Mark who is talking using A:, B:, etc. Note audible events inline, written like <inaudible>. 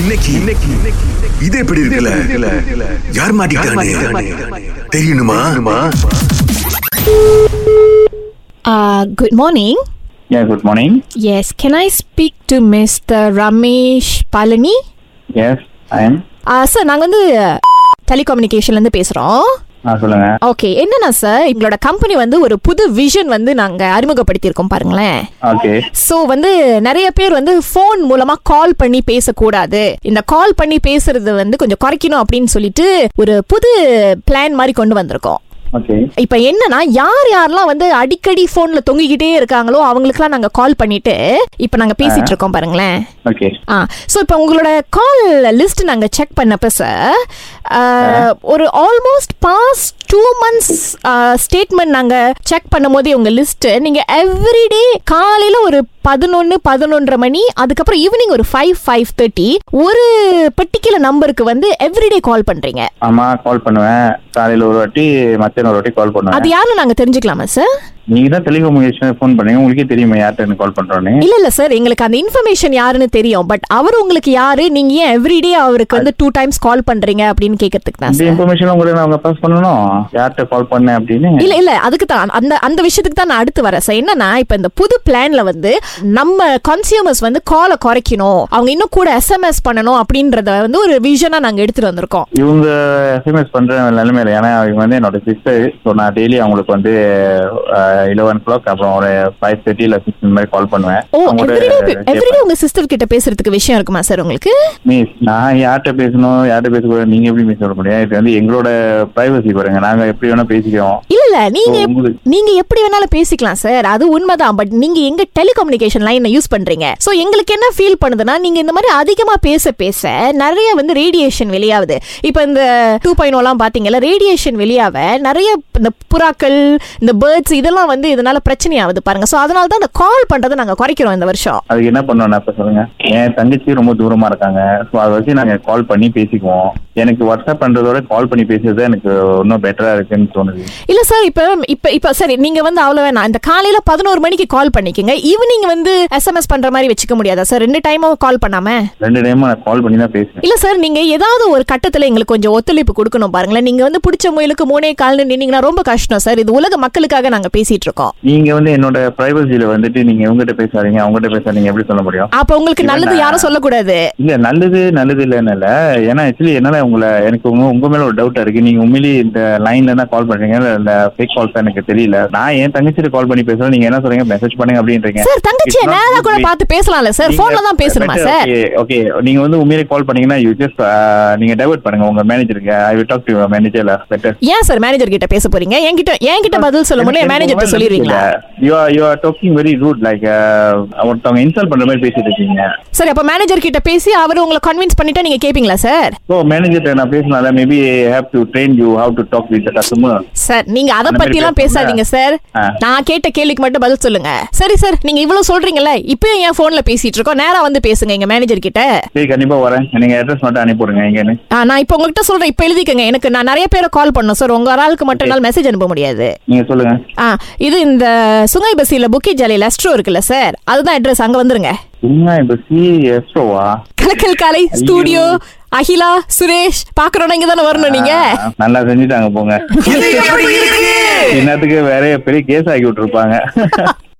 A: இன்னைக்கு இன்னைக்கு இது எப்படி இருக்குல்ல யார் மாட்டிக்கிட்டானே தெரியணுமா
B: Uh, good morning.
C: Yeah, good morning.
B: Yes, can I speak to Mr. Ramesh Palani?
C: Yes, I am.
B: Uh, sir நாங்கள் வந்து டெலிகம்யூனிகேஷன்லேருந்து பேசுகிறோம்
C: ஆ சொல்லுங்க
B: ஓகே என்னன்னா சார் எங்களோட கம்பெனி வந்து ஒரு புது விஷன் வந்து நாங்கள் அறிமுகப்படுத்தியிருக்கோம் பாருங்களேன்
C: ஓகே
B: ஸோ வந்து நிறைய பேர் வந்து ஃபோன் மூலமா கால் பண்ணி பேசக்கூடாது இந்த கால் பண்ணி பேசுறது வந்து கொஞ்சம் குறைக்கணும் அப்படின்னு சொல்லிட்டு ஒரு புது பிளான் மாதிரி கொண்டு வந்திருக்கோம்
C: ஓகே
B: இப்போ என்னன்னா யார் யாரெல்லாம் வந்து அடிக்கடி ஃபோன்ல தொங்கிக்கிட்டே இருக்காங்களோ அவங்களுக்குலாம் நாங்க கால் பண்ணிட்டு இப்போ நாங்க பேசிட்டு இருக்கோம் பாருங்களேன்
C: ஓகே
B: ஆ ஸோ இப்போ உங்களோட கால் லிஸ்ட் நாங்க செக் பண்ணப்ப சார் ஒரு almost past two months statement நாங்க செக் பண்ணும்போதே உங்க லிஸ்ட் நீங்க எவ்ரிடே காலையில ஒரு பதினொன்று பதினொன்றரை மணி அதுக்கப்புறம் ஈவினிங் ஒரு ஃபைவ் ஃபைவ் தேர்ட்டி ஒரு பர்டிகுலர் நம்பருக்கு வந்து எவ்ரிடே கால் பண்றீங்க
C: ஆமா கால் பண்ணுவேன் காலையில ஒரு வாட்டி மத்தியானம் ஒரு வாட்டி கால்
B: அது
C: பண்ணுவேன்
B: யாரும் நாங்க தெரிஞ்சுக்கலாமா சார்
C: நீங்க தான் டெலிகம்யூனிகேஷன் ஃபோன் பண்ணீங்க உங்களுக்கே தெரியுமா யார்கிட்ட கால் பண்றோன்னு
B: இல்ல இல்ல சார் எங்களுக்கு அந்த இன்ஃபர்மேஷன் யாருன்னு தெரியும் பட் அவர் உங்களுக்கு யாரு நீங்க ஏன் எவ்ரிடே அவருக்கு வந்து டூ டைம்ஸ் கால் பண்றீங்க அப்படின்னு கேக்குறதுக்கு தான்
C: இந்த
B: சார்
C: இன்ஃபர்மேஷன் உங்களுக்கு நான் பாஸ் பண்ணணும் யார்கிட்ட கால் பண்ணேன் அப்படின்னு
B: இல்ல இல்ல அதுக்கு தான் அந்த அந்த விஷயத்துக்கு தான் நான் அடுத்து வரேன் சார் என்னன்னா இப்ப இந்த புது பிளான்ல வந்து நம்ம கன்சியூமர்ஸ் வந்து காலை குறைக்கணும் அவங்க இன்னும் கூட எஸ்எம்எஸ் பண்ணணும் அப்படின்றத வந்து ஒரு விஷனா நாங்க எடுத்துட்டு வந்திருக்கோம்
C: இவங்க எஸ்எம்எஸ் பண்ற நிலைமையில ஏன்னா இவங்க வந்து என்னோட சிஸ்டர் ஸோ நான் டெய்லி அவங்களுக்கு வந்து இலவன் கிளாக் அப்புறம் ஒரு ஃபைவ் தேர்ட்டி இல்லை சிக்ஸ் இந்த மாதிரி கால் பண்ணுவேன்
B: ஓ
C: அவங்களோட
B: எவ்ரிடே
C: கேட்பேன்.
B: எவ்ரிடே உங்க சிஸ்டர் கிட்ட பேசுறதுக்கு விஷயம் இருக்குமா சார் உங்களுக்கு
C: மிஸ் நான் யார்கிட்ட பேசணும் யார்கிட்ட பேசக்கூடாது நீங்க எப்படி மிஸ் சொல்ல முடியும் இது வந்து எங்களோட பிரைவசி பாருங்க நாங்க எப்படி வேணா பேசிக்கிறோம்
B: இல்ல இல்ல நீங்க
C: ஓ, உங்களுக்கு-
B: நீங்க எப்படி வேணாலும் பேசிக்கலாம் சார் அது உண்மைதான் பட் நீங்க எங்க டெலிகம்யூனிகேஷன் லைனை யூஸ் பண்றீங்க சோ எங்களுக்கு என்ன ஃபீல் பண்ணுதுன்னா நீங்க இந்த மாதிரி அதிகமா பேச பேச நிறைய வந்து ரேடியேஷன் வெளியாகுது இப்போ இந்த டூ பாயிண்ட் ஓலாம் பாத்தீங்கல்ல ரேடியேஷன் வெளியாவ நிறைய இந்த புறாக்கள் இந்த பேர்ட்ஸ் இதெல்லாம் வந்து இதனால பிரச்சனையாகுது பாருங்க சோ அதனால தான் இந்த கால் பண்றதை நாங்க குறைக்கிறோம் இந்த வருஷம்
C: அதுக்கு என்ன பண்ணணும் இப்ப சொல்லுங்க என் தங்கச்சி ரொம்ப தூரமா இருக்காங்க ஸோ அதை வச்சு நாங்க கால் பண்ணி பேசிக்குவோம் எனக்கு வாட்ஸ்அப் பண்றதோட கால் பண்ணி பேசுறது எனக்கு இன்னும் பெட்டரா இருக்குன்னு தோணுது
B: இல்ல சார் இப்ப இப்ப இப்ப சரி நீங்க வந்து அவ்வளவு வேணாம் இந்த காலையில பதினோரு மணிக்கு கால் பண்ணிக்கங்க ஈவினிங் வந்து எஸ்எம்எஸ் பண்ற மாதிரி வச்சுக்க முடியாதா சார் ரெண்டு டைமும் கால் பண்ணாம
C: ரெண்டு டைமும் நான் கால் பண்ணி தான் பேசுவேன்
B: இல்ல சார் நீங்க ஏதாவது ஒரு கட்டத்துல எங்களுக்கு கொஞ்சம் ஒத்துழைப்பு கொடுக்கணும் பாருங்களேன் நீங்க வந்து பிடிச்ச முயலுக்கு மூணே கால்னு நின்னீங்கன்னா ரொம்ப கஷ்டம் சார் இது உலக மக்களுக்காக நாங்க பேசிட்டு இருக்கோம்
C: நீங்க வந்து என்னோட பிரைவசியில வந்துட்டு நீங்க இவங்ககிட்ட பேசாதீங்க அவங்ககிட்ட பேசாதீங்க எப்படி சொல்ல முடியும்
B: அப்ப உங்களுக்கு நல்லது யாரும் சொல்லக்கூடாது
C: இல்ல நல்லது நல்லது இல்லைன்னு இல்ல ஏன்னா ஆக்சுவலி என்னால உங்களை எனக்கு உங்க உங்க மேல ஒரு டவுட்டா இருக்கு நீங்க உண்மையிலேயே இந்த லைன்ல தான் கால் பண்றீங்க இல்ல இந்த ஃபேக் கால்ஸ் எனக்கு தெரியல நான் என் தங்கச்சிட்ட கால் பண்ணி பேசுறேன் நீங்க என்ன சொல்றீங்க மெசேஜ் பண்ணுங்க அப்படின்றீங்க
B: சார் தங்கச்சியை நேரா கூட பார்த்து பேசலாம்ல சார் போன்ல தான் பேசணுமா சார்
C: ஓகே நீங்க வந்து உண்மையிலே கால் பண்ணீங்கன்னா யூ ஜஸ்ட் நீங்க டைவர்ட் பண்ணுங்க உங்க மேனேஜருக்கு I will talk to manager better
B: ஏன் சார் மேனேஜர் கிட்ட பேச போறீங்க என்கிட்ட என்கிட்ட பதில் சொல்ல முடியல மேனேஜர் கிட்ட சொல்லிடுவீங்களா
C: you are you are talking very rude like uh, ஒருத்தவங்க இன்சல்ட் பண்ற மாதிரி பேசிட்டு இருக்கீங்க
B: சரி அப்ப மேனேஜர் கிட்ட பேசி அவர் உங்களை கன்வின்ஸ் பண்ணிட்டா நீங்க கேப்பீங்களா சார்
C: ஸோ மேனேஜர்கிட்ட நான் பேசினால maybe have to train you how to talk with customer
B: sir நீங்க அத
C: அந்த மாதிரி
B: பத்தி எல்லாம்
C: பேசணும்ல?
B: பேசாதீங்க சார்
C: ஆ.
B: நான் கேட்ட கேள்விக்கு மட்டும் பதில் சொல்லுங்க சரி சார் நீங்க இவ்வளவு சொல்றீங்கல்ல இப்பயும் ஏன் போன்ல பேசிட்டு இருக்கோம் நேரா வந்து பேசுங்க எங்க மேனேஜர் கிட்ட
C: சரி கண்டிப்பா வரேன் நீங்க அட்ரஸ் மட்டும் அனுப்பிவிடுங்க எங்கன்னு
B: ஆ, நான் இப்போ உங்ககிட்ட சொல்றேன் இப்போ எழுதிக்கங்க எனக்கு நான் நிறைய பேரை கால் பண்ணோம் சார் உங்க ஒரு ஆளுக்கு மட்டும் என்னால் மெசேஜ் அனுப்ப முடியாது
C: நீங்க சொல்லுங்க
B: ஆ இது இந்த சுங்கை பசியில புக்கி ஜாலியில் அஸ்ட்ரோ இருக்குல்ல சார் அதுதான் அட்ரஸ் அங்க வந்துருங்க
C: என்ன இப்ப சிஎஸ்ஓவா
B: கலக்கல் காலை ஸ்டூடியோ அகிலா சுரேஷ் பாக்குறோன்னா இங்க தானே வரணும் நீங்க
C: நல்லா
A: <laughs>
C: செஞ்சுட்டாங்க போங்க
A: இது எப்படி இருக்கு
C: என்னத்துக்கு வேற பெரிய கேஸ் ஆக்கி விட்டுருப்பாங்க